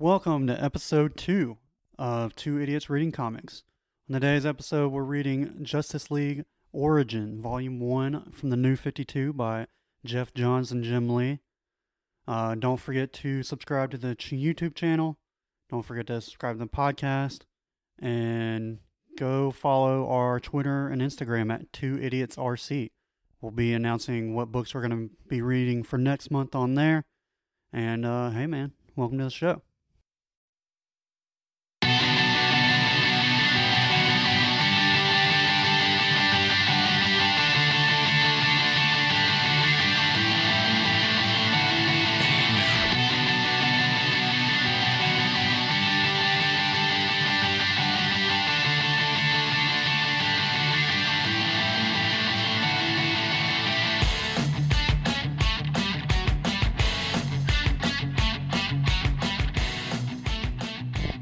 Welcome to episode two of Two Idiots Reading Comics. On today's episode, we're reading Justice League Origin, Volume 1 from the New 52 by Jeff Johns and Jim Lee. Uh, don't forget to subscribe to the ch- YouTube channel. Don't forget to subscribe to the podcast. And go follow our Twitter and Instagram at Two Idiots RC. We'll be announcing what books we're going to be reading for next month on there. And uh, hey, man, welcome to the show.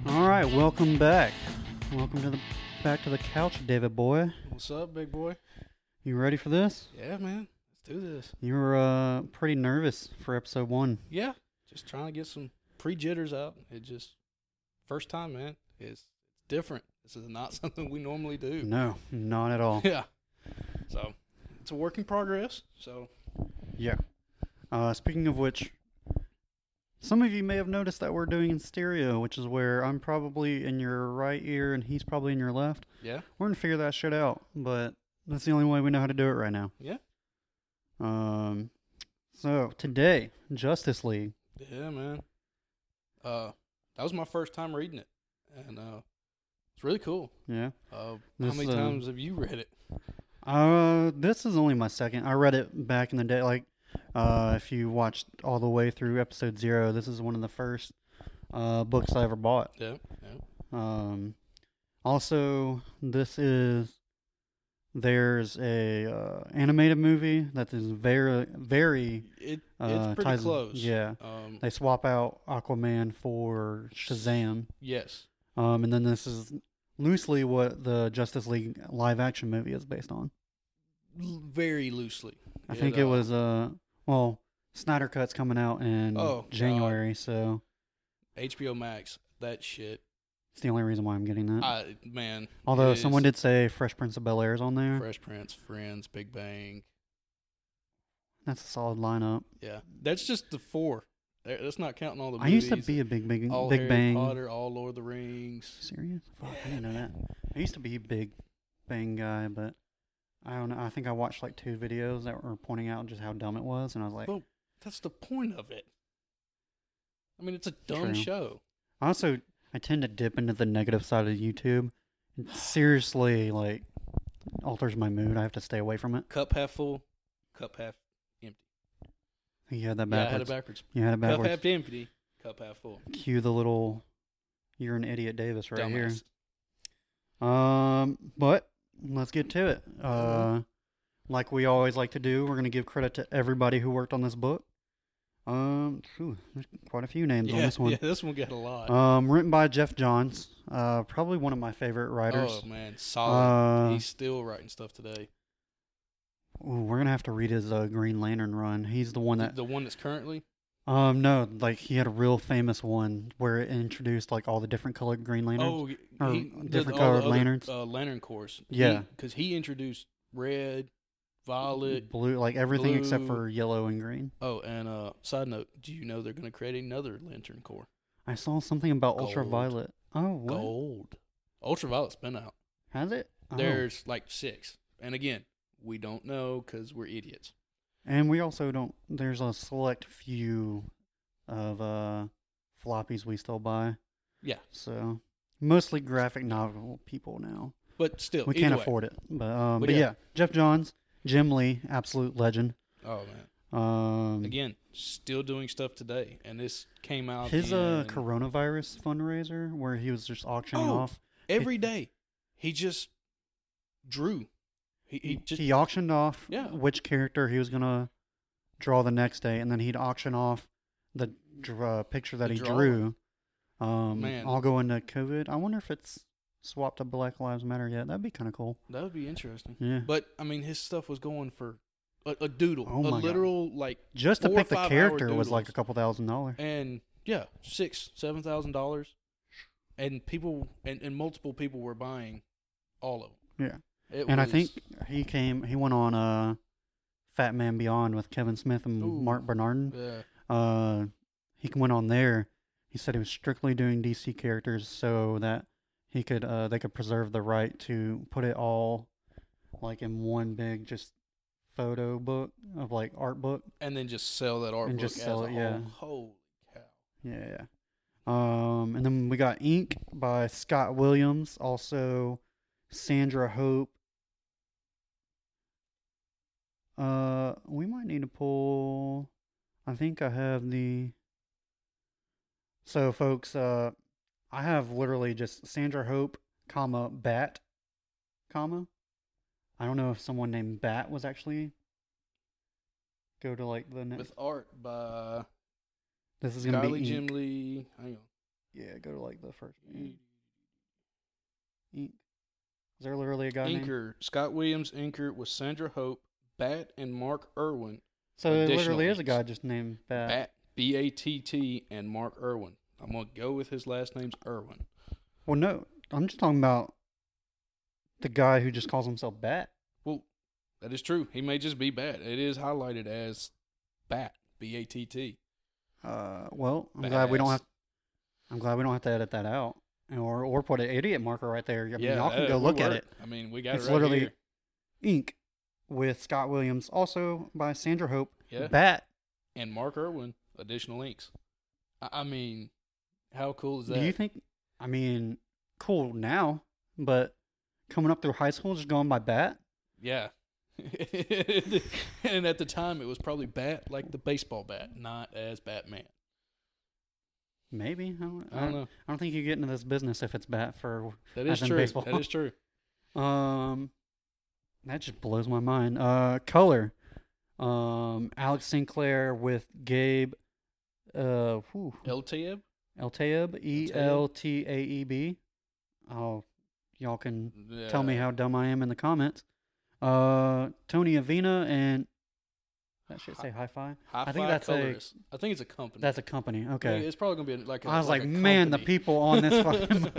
All right, welcome back. Welcome to the back to the couch, David boy. What's up, big boy? You ready for this? Yeah, man. Let's do this. You were uh, pretty nervous for episode one. Yeah. Just trying to get some pre jitters out. It just first time, man. It's different. This is not something we normally do. No, not at all. Yeah. So it's a work in progress. So yeah. Uh, speaking of which, some of you may have noticed that we're doing in stereo, which is where I'm probably in your right ear and he's probably in your left. yeah. We're gonna figure that shit out, but that's the only way we know how to do it right now. Yeah. Um. So today, Justice League. Yeah, man. Uh that was my first time reading it. And uh it's really cool. Yeah. Uh This, how many uh, times have you read it? Uh, this is only my second. I read it back in the day. Like, uh, if you watched all the way through episode zero, this is one of the first uh books I ever bought. Yeah, yeah. Um, also, this is there's a uh, animated movie that is very very It uh, it's pretty ties- close. Yeah, Um they swap out Aquaman for Shazam. yes. Um, and then this is loosely what the Justice League live action movie is based on. L- very loosely. I think it uh, was uh well Snyder Cut's coming out in Oh, God. January, so HBO Max, that shit. it's the only reason why I'm getting that. I man. Although it someone is did say Fresh Prince of Bel Air's on there. Fresh Prince, Friends, Big Bang. That's a solid lineup. Yeah, that's just the four. There- That's not counting all the. I used to movies, be a big big all Big Harry Bang. Potter, all Lord of the Rings. Serious? Fuck, I didn't know that. I used to be a Big Bang guy, but I don't know. I think I watched like two videos that were pointing out just how dumb it was, and I was like, Well- That's the point of it. I mean, it's a dumb True. show. I also I tend to dip into the negative side of YouTube. It seriously like alters my mood. I have to stay away from it. Cup half full, cup half. You had that Yeah, I backwards. had it backwards. You had it backwards. Cup half empty, cup half full. Cue the little "You're an idiot, Davis" right Dumbass. here. Um, but let's get to it. Uh, like we always like to do, we're gonna give credit to everybody who worked on this book. Um, phew, there's quite a few names on Yeah, this one. yeah, this one got a lot. Um, written by Jeff Johns, uh, probably one of my favorite oh writers. man, solid. Uh, He's still writing stuff today. ooh, we're gonna have to read his uh, Green Lantern run. He's the one The- that the one that's currently Um, no, like he had a real famous one where it introduced like all the different colored Green Lanterns. Oh, y- Or he different did all the colored other, lanterns? Uh, lantern course. Yeah. because he, introduced red, violet. blue, like everything except blue. for yellow and green. Oh, and uh, side note: Do you know they're going to create another lantern core? I saw something about Gold. ultraviolet. Oh, what Gold. Ultraviolet's been out. has it? Oh. There's like six, and again, we don't know because we're idiots. and we also don't. There's a select few of uh floppies we still buy. Yeah. So mostly graphic novel people now. But still, We either can't way. afford it, but um, But but yeah. yeah. Jeff Johns, Jim Lee, absolute legend. Oh man! Um, Again, still doing stuff today, and this came out His uh in- coronavirus fundraiser where he was just auctioning Oh, off every day. He just drew. He, he just he auctioned off Yeah. which character he was gonna draw the next day, and then he'd auction off the dr- uh, picture that The he drawing. drew. Um, Man. I'll go into COVID. I wonder if it's swapped to Black Lives Matter yet. That'd be kind of cool. that would be interesting. Yeah, But I mean, his stuff was going for a, a doodle, Oh a my God. literal like, just to four or pick the five hour character was like a doodles. couple thousand dollars. and yeah, six, seven thousand dollars, and people and, and multiple people were buying all of Yeah. them. Yeah, and I think he came. He went on uh, Fat Man Beyond with Kevin Smith and Ooh. Mark Bernardin. yeah, Uh, he went on there. He said he was strictly doing DC characters so that he could uh, they could preserve the right to put it all like in one big just photo book of like art book. and then just sell that art And book just as sell a it, yeah. whole. Holy Yeah. Um, and then we got Ink by Scott Williams, also Sandra Hope. Uh, we might need to pull. I think I have the. So, folks, uh, I have literally just Sandra Hope, comma Bat, comma. I don't know if someone named Bat was actually. Go to like the cow. next. With art by this is gonna Skyly be Ink. Jim Lee. Hang Yeah, go to like the first on. ink. Is there literally a guy named? Inker Scott Williams. Inker with Sandra Hope, Bat, and Mark Irwin. So it Additional literally is a inks. guy just named Bat. Bat B A T T and Mark Irwin. I'm gonna go with his last name's Irwin. Well, no, I'm just talking about the guy who just calls himself Bat. Well, that is true. He may just be Bat. It is highlighted as Bat B A T T. Uh, well, I'm glad we don't Badass. have. I'm glad we don't have to edit that out, and or or put an idiot marker right there. I mean, y'all can uh, go we look at it. work. I mean, we got It's it right literally- here. Ink with Scott Williams, also by Sandra Hope. Yeah. Bat. and Mark Irwin additional inks. I, I mean, how cool is that? Do you think? I mean, cool now, but coming up through high school, just going by Bat. yeah. and at the time, it was probably bat like the baseball bat, not as Batman. Maybe I don't, I don't know. I don't think you get into this business if it's bat for. That As is in true. baseball. That is true. Um, that just blows my mind. Uh, color. Um, Alex Sinclair with Gabe. Uh, whew, LTM. Eltaeb. E L T A E B. Oh, y'all can tell me Yeah. how dumb I am in the comments. Uh, Tony Avina and that should say hi-fi. Hi-Fi I think that's a- colors. I think it's a company. That's a company. Yeah, Okay. It's probably gonna be like. a- I was like, a man, the company." people on this fucking.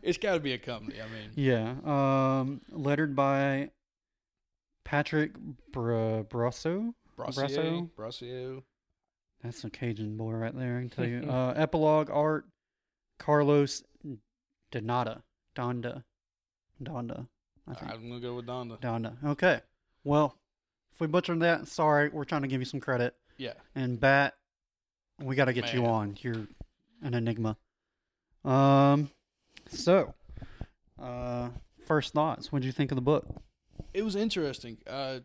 it's got to be a company. I mean, Yeah. Um, lettered by Patrick Br- Brasso. Brassio, Brassio. That's a Cajun boy right there, I can tell you. uh, epilogue art, Carlos Donata. Donda. Donda, I think. I'm gonna go with Donda. Donda. Okay. Well, if we butchered that, sorry. We're trying to give you some credit. Yeah, And Bat, we got to get you Man. on. You're an enigma. Um, so, uh, first thoughts. What did you think of the book? it was interesting. Uh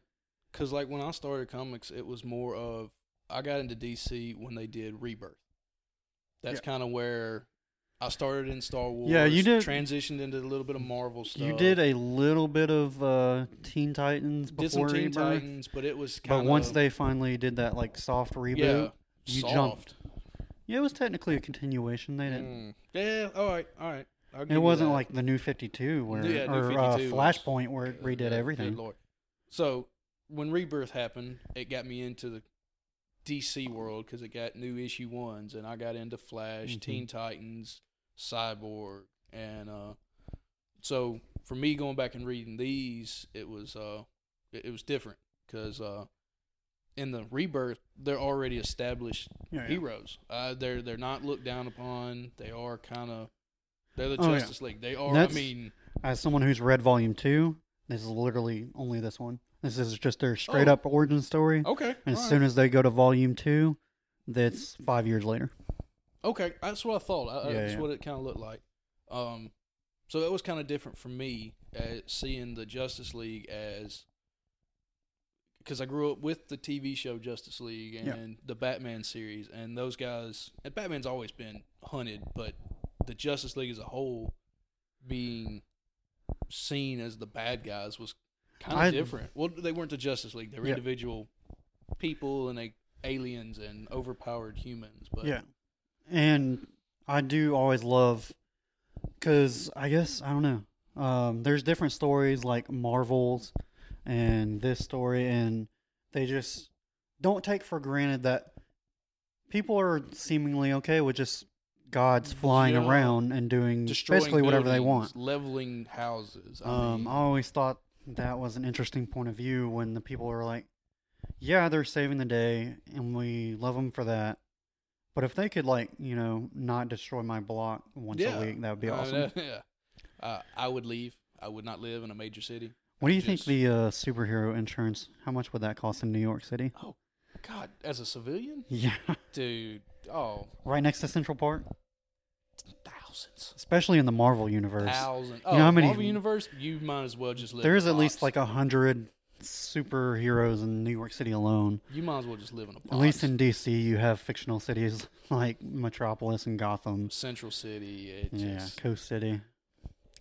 'cause cause like when I started comics, it was more of I got into DC when they did Rebirth. That's kind of where I started in Star Wars. Yeah, you did- transitioned into a little bit of Marvel stuff. You did a little bit of uh, Teen Titans did some before Teen Rebirth, Titans, but it was kind but of once they finally did that like soft reboot, yeah, yeah, you soft. jumped. it was technically a continuation. They didn't. Mm. Yeah, all right, all right. I'll give It you wasn't that. like the New Fifty Two where Yeah, New or 52 was- uh, Flashpoint where it redid Good everything. Lord. So when Rebirth happened, it got me into the DC world because it got new issue ones, and I got into Flash, Mhm. Teen Titans, Cyborg, and uh, so for me going back and reading these, it was uh, it, it was different because uh, in the Rebirth they're already established Yeah, yeah. heroes. Uh, they're they're not looked down upon. They are kind of they're the Oh, yeah. Justice League. They are. I That's- mean, As someone who's read Volume Two, this is literally only this one. This is just their straight Oh. up origin story. okay. And all as right. soon as they go to Volume Two, that's five years later. Okay, that's what I thought. I, I- Yeah, that's yeah. what it kind of looked like. Um, so it was kind of different for me uh, seeing the Justice League as because I grew up with the TV show Justice League and Yeah. the Batman series, and those guys. And Batman's always been hunted, but the Justice League as a whole being seen as the bad guys was kind I- of different. Well, they weren't the Justice League; they were Yeah. individual people and they aliens and overpowered humans. But Yeah. And I do always love cuz I guess I don't know. Um there's different stories like Marvel's and this story and they just don't take for granted that people are seemingly okay with just gods flying Yeah. around and doing Destroying basically whatever they want. buildings, leveling houses. I Um, mean, I always thought that was an interesting point of view when the people are like, "Yeah, they're saving the day, and we love them for that." But if they could, like, you know, not destroy my block once yeah. a week, that would be I mean, awesome. that- yeah. Uh, I would leave. I would not live in a major city. what do you think just- the uh, superhero insurance? How much would that cost in New York City? God, as a civilian, Yeah, dude. Oh, right next to Central Park, thousands, especially in the Marvel universe. thousands. know Oh, how many- Marvel Universe. You might as well just live. in There's a at least box. like a hundred superheroes in New York City alone. You might as well just live in a box. At least in DC, you have fictional cities like Metropolis and Gotham. Central City. It Yeah, just, Coast City.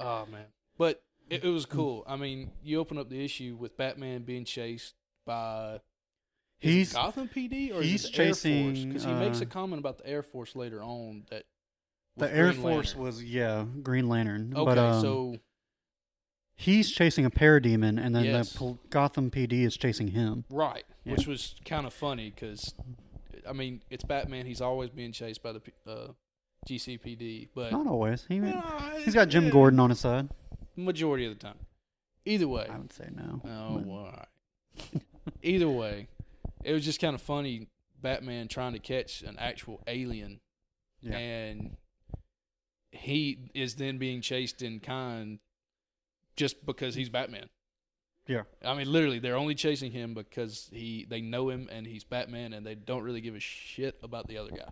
Oh man, but it, it was cool. I mean, you open up the issue with Batman being chased by. is it He's- Gotham PD or he's is it the Air Force? chasing, Because he makes uh, a comment about the Air Force later on that. The with Air Green Force Lantern. was yeah, Green Lantern. Okay, but, um, so he's chasing a parademon, and then Yes. the pol- Gotham PD is chasing him. right, yeah. which was kind of funny because, I mean, it's Batman. He's always being chased by the P- uh, GCPD, but Not always. He Nah, he's got Jim yeah, Gordon on his side. majority of the time. Either way, I would say no. Oh, but- well, all right. Either way, it was just kind of funny Batman trying to catch an actual alien Yeah. and he is then being chased in kind just because he's Batman. Yeah. I mean literally they're only chasing him because he they know him and he's Batman and they don't really give a shit about the other guy.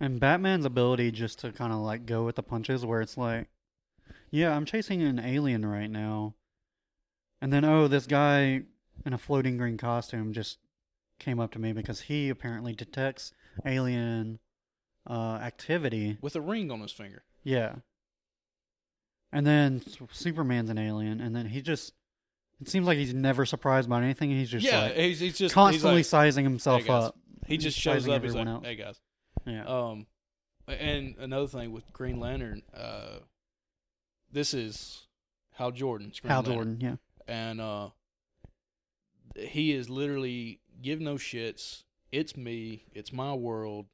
And Batman's ability just to kind of like go with the punches, where it's like, yeah, I'm chasing an alien right now, and then oh, this guy in a floating green costume just came up to me because he apparently detects alien uh, activity. With a ring on his finger. Yeah. And then S- Superman's an alien, and then he just. It seems like he's never surprised by anything. He's just yeah, like he's, he's just constantly he's like, sizing himself guys. up. he just sizing shows up, he's like, everyone Hey guys. Yeah. Um, and another thing with Green Lantern, uh, this is Hal Jordan's Green Hal Lantern, Jordan, yeah. and uh, he is literally give no shits. It's me. It's my world.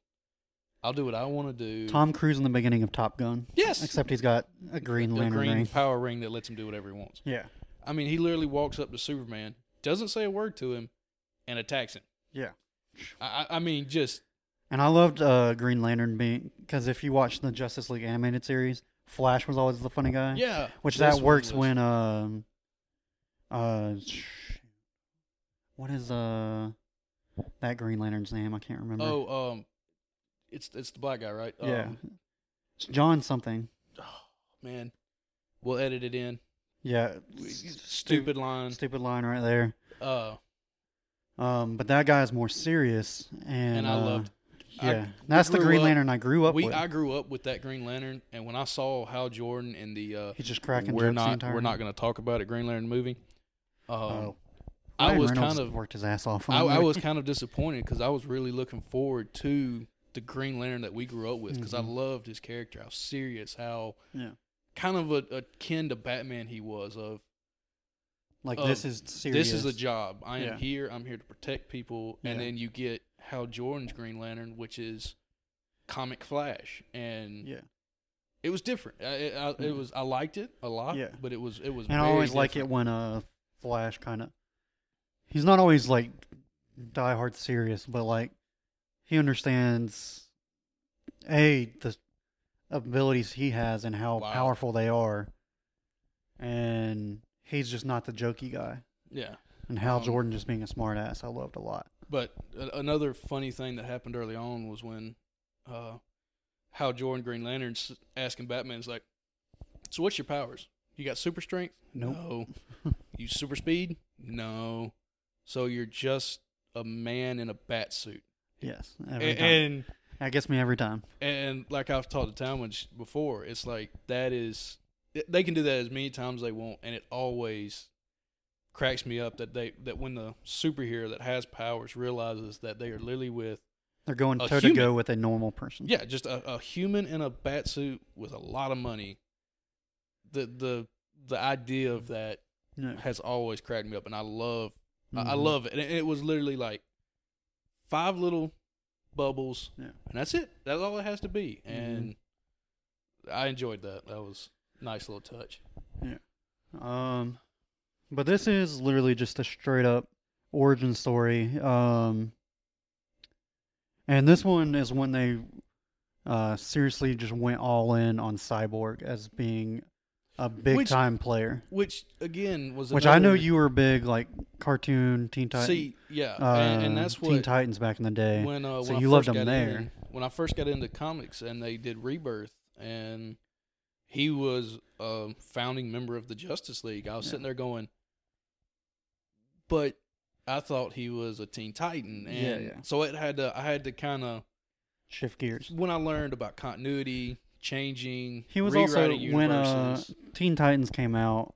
I'll do what I want to do. Tom Cruise in the beginning of Top Gun. Yes. Except he's got a green the lantern green ring. power ring that lets him do whatever he wants. Yeah. I mean, he literally walks up to Superman, doesn't say a word to him, and attacks him. Yeah. I, I I mean, just And I loved uh, Green Lantern being because if you watch the Justice League animated series, Flash was always the funny guy. yeah. Which this that works one was- when um uh sh- what is uh that Green Lantern's name? I can't remember. oh um, it's it's the black guy, right? yeah. Um, It's John something. man, we'll edit it in. Yeah. Stupid line. Stupid line right there. Uh, Um but that guy is more serious and And I uh, loved- I- Yeah. That's the grew Green up- Lantern I grew up we with. I grew up with that Green Lantern, and when I saw Hal Jordan in the uh, He's just cracking we're jokes the not entire we're not time. going to talk about it Green Lantern movie. Um, Oh. I Ryan was Reynolds kind of worked his ass off. on I, that I movie. was kind of disappointed because I was really looking forward to the Green Lantern that we grew up with because I Mhm. loved his character, how serious, how Yeah. kind of a, akin to Batman he was of like of, this is serious. This is a job. I am Yeah. here. I'm here to protect people. And Yeah. then you get Hal Jordan's Green Lantern, which is Comic Flash, and Yeah, it was different. I, it- I, Yeah. It was I liked it a lot. Yeah. but it was it was. and I very always like it different. when uh Flash kind of. He's not always like diehard serious, but like he understands a the abilities he has and how Wow. powerful they are, and he's just not the jokey guy. Yeah, And Hal Um, Jordan just being a smartass, I loved a lot. but a- another funny thing that happened early on was when uh, Hal Jordan Green Lantern's asking Batman's like, "So what's your powers? You got super strength? Nope. No. you super speed? No. So you're just a man in a bat suit." Yes, every A- time. and that gets me every time. And like I've talked to Talmadge before, it's like that is th- they can do that as many times they want, and it always cracks me up that they that when the superhero that has powers realizes that they are literally with They're going A toe to go human. with a normal person. yeah just a, a human in a bat suit with a lot of money. The the the idea of that Yeah. has always cracked me up, and I love I I Mhm. love it. And it was literally like five little Bubbles, Yeah. and that's it. That's all it has to be. Mhm. And I enjoyed that. That was a nice little touch. Um, but this is literally just a straight up origin story. Um, and this one is when they uh, seriously just went all in on Cyborg as being a big Which- time player. Which again was Which I know another- you were a big like cartoon Teen Titans. see, yeah, uh, and, and that's what Teen Titans back in the day. when uh, So when you I loved first him got there. in- when I first got into comics, and they did Rebirth, and he was a founding member of the Justice League. I was Yeah. sitting there going, but I thought he was a Teen Titan, and Yeah, yeah. so it had to I had to kind of Shift gears. when I learned about continuity, changing, He was also rewriting when uh, universes. Teen Titans came out,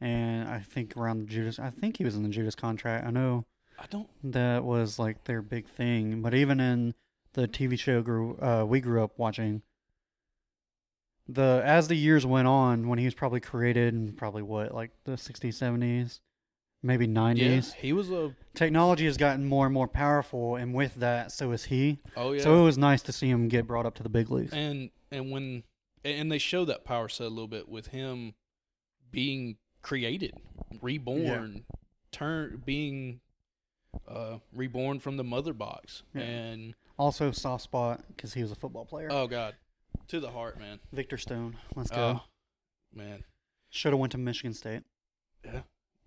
and I think around the Judas. I think he was in the Judas contract. I know I don't. that was like their big thing. But even in the TV show grew, uh, we grew up watching, the as the years went on, when he was probably created in probably what like the 60s, 70s, maybe 90s, Yeah, he was a. technology has gotten more and more powerful, and with that, so is he. Oh yeah. So it was nice to see him get brought up to the big leagues. and and when and they show that power set a little bit with him being created reborn turn being uh reborn from the mother box Yeah. and also, soft spot because he was a football player. oh god to the heart man Victor Stone, let's go. oh man Should have went to Michigan State.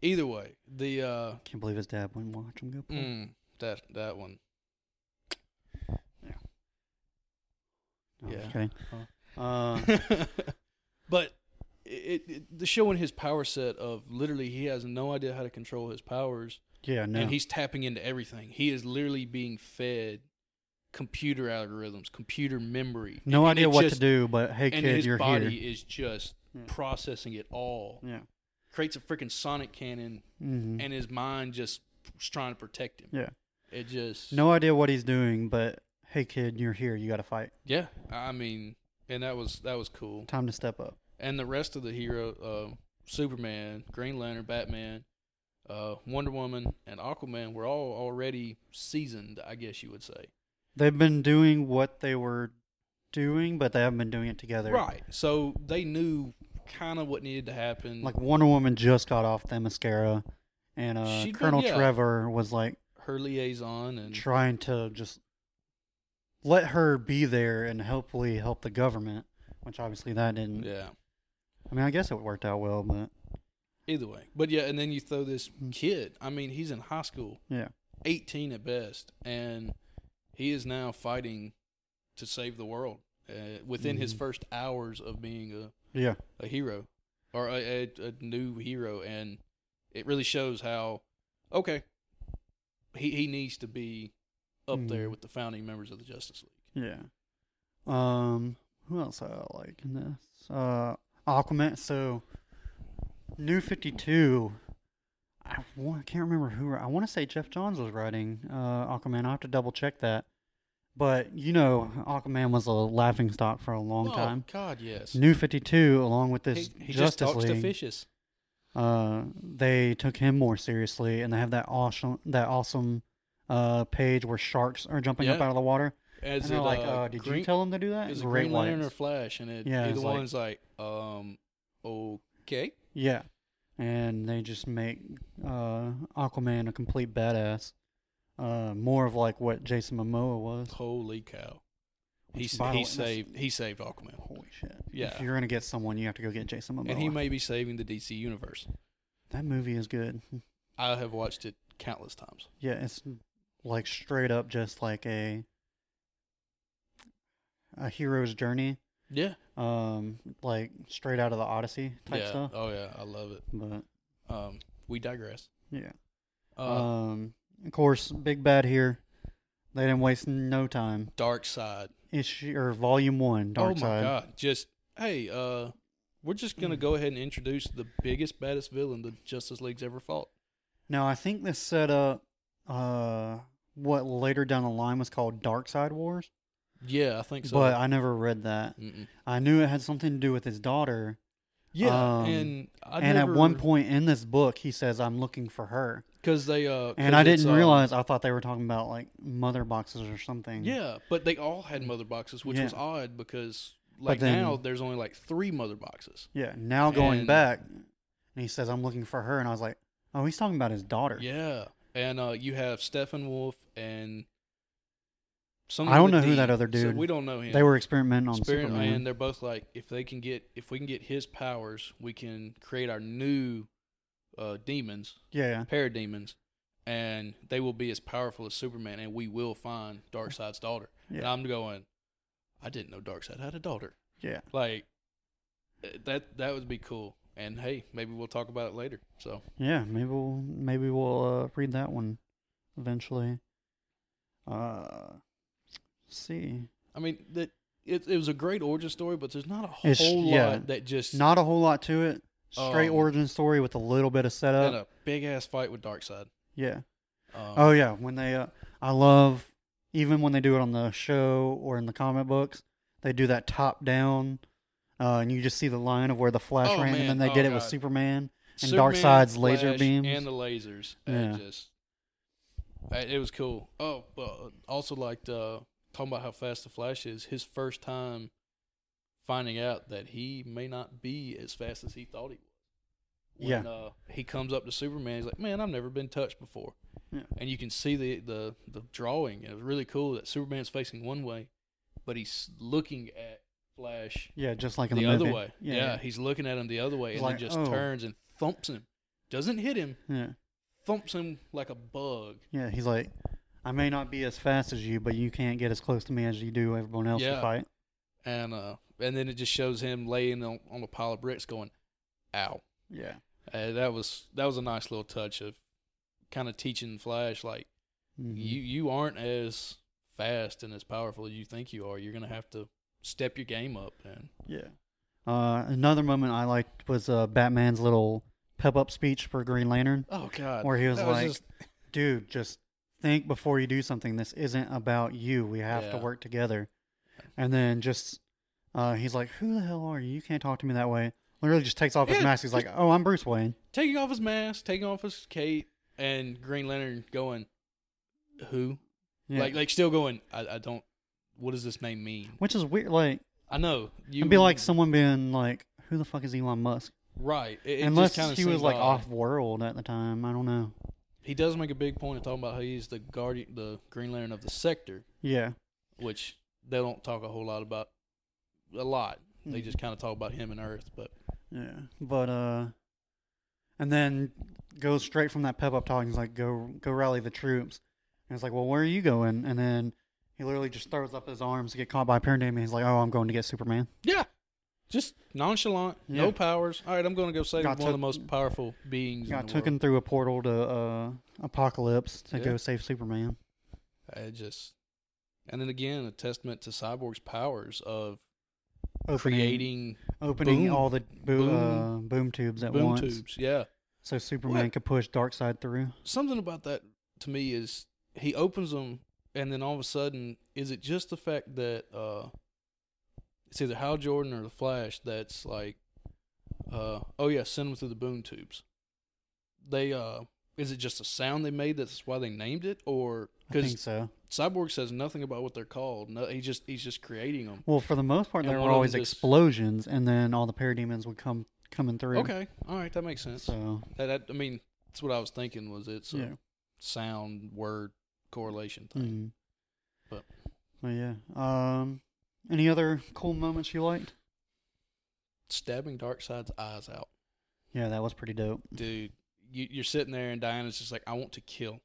either way the uh Can't believe his dad wouldn't watch him go play. mm, that that one No, I'm just yeah. Oh. kidding. Uh, but it, it the showing his power set of literally he has no idea how to control his powers yeah, no. and he's tapping into everything. He is literally being fed computer algorithms, computer memory. No And idea it what just- to do, but hey, And kid, his you're body here. is just Yeah. processing it all. Yeah. Creates a freaking sonic cannon, hmm and his mind just is trying to protect him. Yeah. It just No idea what he's doing, but hey, kid, you're here. You got to fight. Yeah, I mean, and that was that was cool. Time to step up. And the rest of the hero, uh, Superman, Green Lantern, Batman, uh, Wonder Woman, and Aquaman were all already seasoned. I guess you would say. They've been doing what they were doing, but they haven't been doing it together. Right. So they knew kind of what needed to happen. Like Wonder Woman just got off the mascara, and uh, She'd been- Colonel yeah. Trevor was like her liaison and trying to just let her be there and hopefully help the government, which obviously that didn't. yeah. I mean, I guess it worked out well, but Either way, but yeah, and then you throw this Mm. kid. I mean, he's in high school, yeah, eighteen at best, and he is now fighting to save the world uh, within his Mhm. first hours of being a, yeah, a hero or a, a, a new hero, and it really shows how okay he he needs to be up there Mhm. with the founding members of the Justice League. yeah. Um, who else I like in this? Uh, Aquaman. So, New Fifty Two. I, wa- I can't remember who. I want to say Jeff Johns was writing uh, Aquaman. I will have to double check that. But you know, Aquaman was a laughing stock for a long oh, time. God, yes. New Fifty Two, along with he this he just Justice talks to League, fishes. uh, they took him more seriously, and they have that awesome that awesome uh, page where sharks are jumping up Yeah. out of the water. As and they're it, like, uh, uh, did green, you tell them to do that? Is it Great Green Lantern or whites. Flash? And it, Yeah, either it's like- one's like, um, okay. Yeah. And they just make uh, Aquaman a complete badass. Uh, more of like what Jason Momoa was. Holy cow! He Which, s- by the he way, that's- saved he saved Aquaman, Holy shit. If Yeah. you're going to get someone, you have to go get Jason Momoa. and he may be saving the DC universe. that movie is good. I have watched it countless times. Yeah, it's like straight up just like a a hero's journey. Yeah, Um, like straight out of the Odyssey type yeah. stuff. Oh yeah, I love it. But Um, we digress. yeah. Uh, um, of course, Big Bad here. They didn't waste no time. Dark Side. Issue or Volume One, Dark oh my Side. god! Just hey, uh, we're just gonna go ahead and introduce the biggest baddest villain the Justice League's ever fought. Now I think this set up uh, what later down the line was called Dark Side Wars, Yeah, I think so. but I never read that. Mm-mm. I knew it had something to do with his daughter, Yeah, Um, and I and never, at one point in this book, he says, "I'm looking for her," because they uh, and 'cause I it's, didn't uh, realize. I thought they were talking about like mother boxes or something. Yeah, but they all had mother boxes, which Yeah. was odd because like then- now there's only like three mother boxes. yeah. Now going And- back, and he says, "I'm looking for her," and I was like, "Oh, he's talking about his daughter." Yeah, and uh, you have Stephen Wolf and some. I don't with a know who D, that other so dude- we don't know him. They were experimenting on Spirit Superman. and they're both like, if they can get, if we can get his powers, we can create our new uh, demons, yeah, parademons, and they will be as powerful as Superman, and we will find Darkseid's daughter. And yeah, I'm going, I didn't know Darkseid had a daughter. yeah. Like eh, that, that would be cool. And hey, maybe we'll talk about it later. So Yeah, maybe we'll maybe we'll uh, read that one eventually. Uh, let's see, I mean, that it, it was a great origin story, but there's not a whole It's- yeah. lot that just not a whole lot to it. Straight Um, origin story with a little bit of setup. had a big ass fight with Darkseid. Yeah. Um, Oh yeah, when they uh, I love even when they do it on the show or in the comic books, they do that top down, uh, and you just see the line of where the Flash Oh, ran, man. and then they Oh, did it with God. Superman. and Superman, Darkseid's laser Flash, beams. and the lasers. And just I- it was cool. Oh, but also liked uh, talking about how fast the Flash is. His first time finding out that he may not be as fast as he thought he was. When, Yeah. uh, he comes up to Superman. He's like, "Man, I've never been touched before." Yeah. And you can see the the the drawing. It was really cool that Superman's facing one way, but he's looking at Flash Yeah, just like in the, the other movie. way. Yeah, Yeah, yeah. he's looking at him the other way, He's and like, then just "Oh." turns and thumps him. Doesn't hit him, yeah, thumps him like a bug. yeah. He's like, I may not be as fast as you, but you can't get as close to me as you do everyone else you Yeah. fight. And uh, and then it just shows him laying on, on a pile of bricks, going, "Ow!" Yeah, Uh, that was that was a nice little touch of kind of teaching Flash, like Mhm. you you aren't as fast and as powerful as you think you are. You're gonna have to step your game up, and yeah. Uh, another moment I liked was uh, Batman's little pep up speech for Green Lantern. oh god, Where he was that like, just- dude, just think before you do something. This isn't about you. We have to Yeah. work together. And then just, uh, he's like, who the hell are you? You can't talk to me that way. Literally just takes off his Yeah, mask. He's like, oh, I'm Bruce Wayne. taking off his mask, taking off his cape, and Green Lantern going, "Who?" Yeah. Like like still going, I, I don't what does this name mean? Which is weird. Like, I know. You it'd be like someone being like, who the fuck is Elon Musk? right. It, it Unless just kinda he was seems like odd. off world at the time. I don't know. He does make a big point of talking about how he's the guardian the Green Lantern of the sector, Yeah. which they don't talk a whole lot about a lot. They Mhm. just kinda talk about him and Earth, but Yeah. But, uh, and then goes straight from that pep up talk. He's like, go, go rally the troops. And it's like, well, where are you going? And then he literally just throws up his arms to get caught by a parent. And he's like, oh, I'm going to get Superman. Yeah. Just nonchalant, Yeah. no powers. All right, I'm gonna go save Got one of the took- most powerful beings Got in the took world. him through a portal to uh, Apocalypse to go Yeah. save Superman. I just and then again a testament to Cyborg's powers of Opening, creating opening boom- all the bo- boom- uh, boom tubes at boom once, tubes. Yeah. so Superman What? could push Darkseid through. something about that to me is he opens them and then all of a sudden is it just the fact that uh it's either Hal Jordan or the Flash that's like uh oh yeah send them through the boom tubes they uh is it just a sound they made that's why they named it or I think because so. cyborg says nothing about what they're called no, he just he's just creating them Well, for the most part, And there one were of them always just- explosions, and then all the parademons would come coming through. okay all right that makes sense So that, that I mean that's what I was thinking was it's a yeah. sound word correlation Mm. thing But- Well, yeah. Um, any other cool moments you liked? stabbing Darkseid's eyes out Yeah, that was pretty dope. dude, you, you're sitting there and Diana's just like, I want to kill.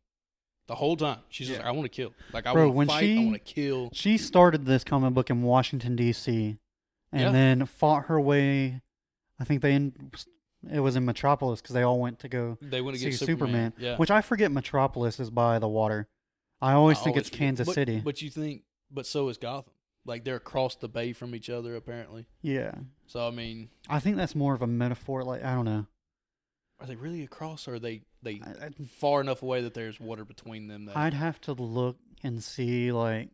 The whole time. She's just Yeah. like, I want to kill. Like, I Bro, want when to fight. she- I want to kill. She started this comic book in Washington D.C. and Yeah. then fought her way. I think they in, it was in Metropolis because they all went to go They want to see get Superman. Superman. Yeah. Which I forget Metropolis is by the water. I always think it's forget- Kansas but- City. But you think, but so is Gotham. Like, they're across the bay from each other, apparently. yeah, So, I mean, I think that's more of a metaphor. Like I don't know. are they really across or are they, they I, far enough away that there's water between them? That, I, would have to look and see like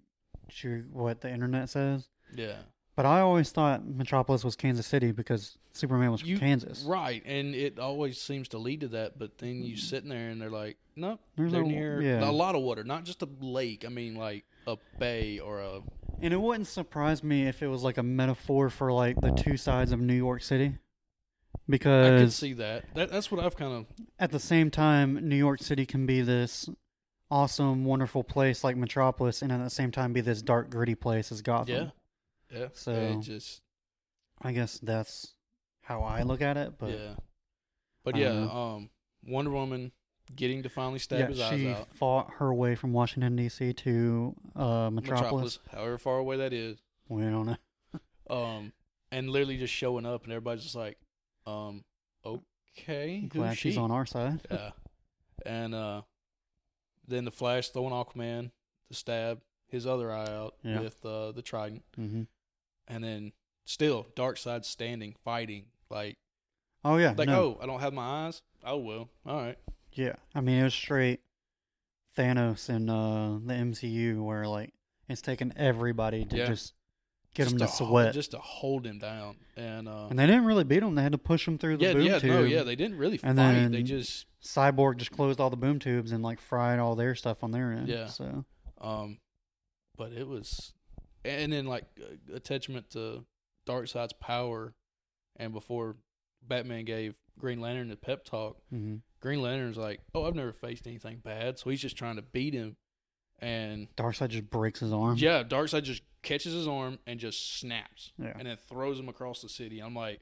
sure what the internet says. yeah. But I always thought Metropolis was Kansas City because Superman was from You- Kansas. Right, and it always seems to lead to that. But then you sitting there and they're like, nope, Mm-hmm. There's they're no- near yeah. a lot of water, not just a lake. I mean, like a bay or a And it wouldn't surprise me if it was like a metaphor for like the two sides of New York City. I could Because see that. that. That's what I've kind of. at the same time, New York City can be this awesome, wonderful place like Metropolis, and at the same time, be this dark, gritty place as Gotham. Yeah. Yeah. So- it just. I guess that's how I look at it. But yeah. But I yeah, don't know. um, Wonder Woman getting to finally stab yeah, his she eyes out. fought her way from Washington D.C. to uh, Metropolis. Metropolis, however far away that is. We don't know. Um, and literally just showing up, and everybody's just like, um, okay, who's Glad she's she? on our side. Yeah. And uh, then the Flash throwing Aquaman to stab his other eye out Yeah. with uh, the trident, hmm and then still Darkseid standing, fighting like Oh yeah, like no, oh, I don't have my eyes. Oh well, all right. yeah. I mean, it was straight Thanos and uh, the MCU, where like it's taken everybody to Yeah. just get Just them to ho- sweat. just to hold him down, and uh, and they didn't really beat them; they had to push them through the yeah, boom yeah, tube. no, yeah, they didn't really fight. And they then- just Cyborg just closed all the boom tubes and like fried all their stuff on their end. Yeah. So Um, but it was, and then like a- a testament to Darkseid's power, and before Batman gave Green Lantern the pep talk, hmm Green Lantern's like, "Oh, I've never faced anything bad," so he's just trying to beat him, and Darkseid just breaks his arm. yeah, Darkseid just catches his arm and just snaps, Yeah. and then throws him across the city. I'm like,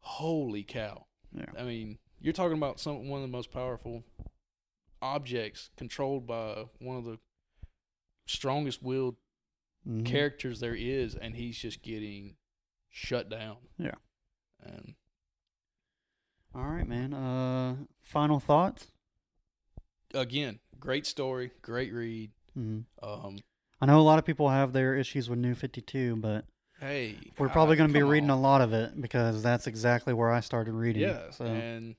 "Holy cow!" Yeah. I mean, you're talking about some one of the most powerful objects controlled by one of the strongest willed Mhm. characters there is, and he's just getting shut down. Yeah. And All right, man. Uh, final thoughts. again, great story, great read. Mhm. Um, I know a lot of people have their issues with New Fifty Two, but hey, we're probably going to be reading a a lot of it because that's exactly where I started reading. Yeah, So and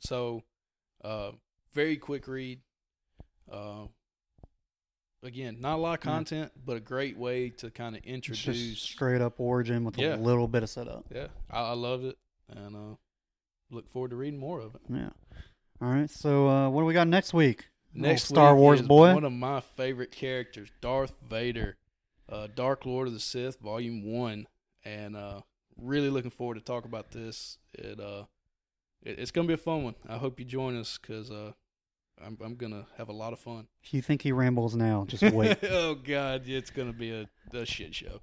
so uh, very quick read. Uh, again, not a lot of Yeah. content, but a great way to kind of it's just introduce. straight up origin with a Yeah. little bit of setup. Yeah, I, I loved it, and uh, look forward to reading more of it. Yeah. All right. So uh, what do we got next week? Little Next Star week Wars is boy. one of my favorite characters, Darth Vader, uh, Dark Lord of the Sith, Volume One, and uh, really looking forward to talk about this. It, uh, it it's gonna be a fun one. I hope you join us because uh, I'm I'm gonna have a lot of fun. If you think he rambles now, just wait. oh God, it's gonna be a, a shit show.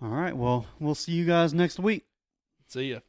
All right. Well, we'll see you guys next week. See ya.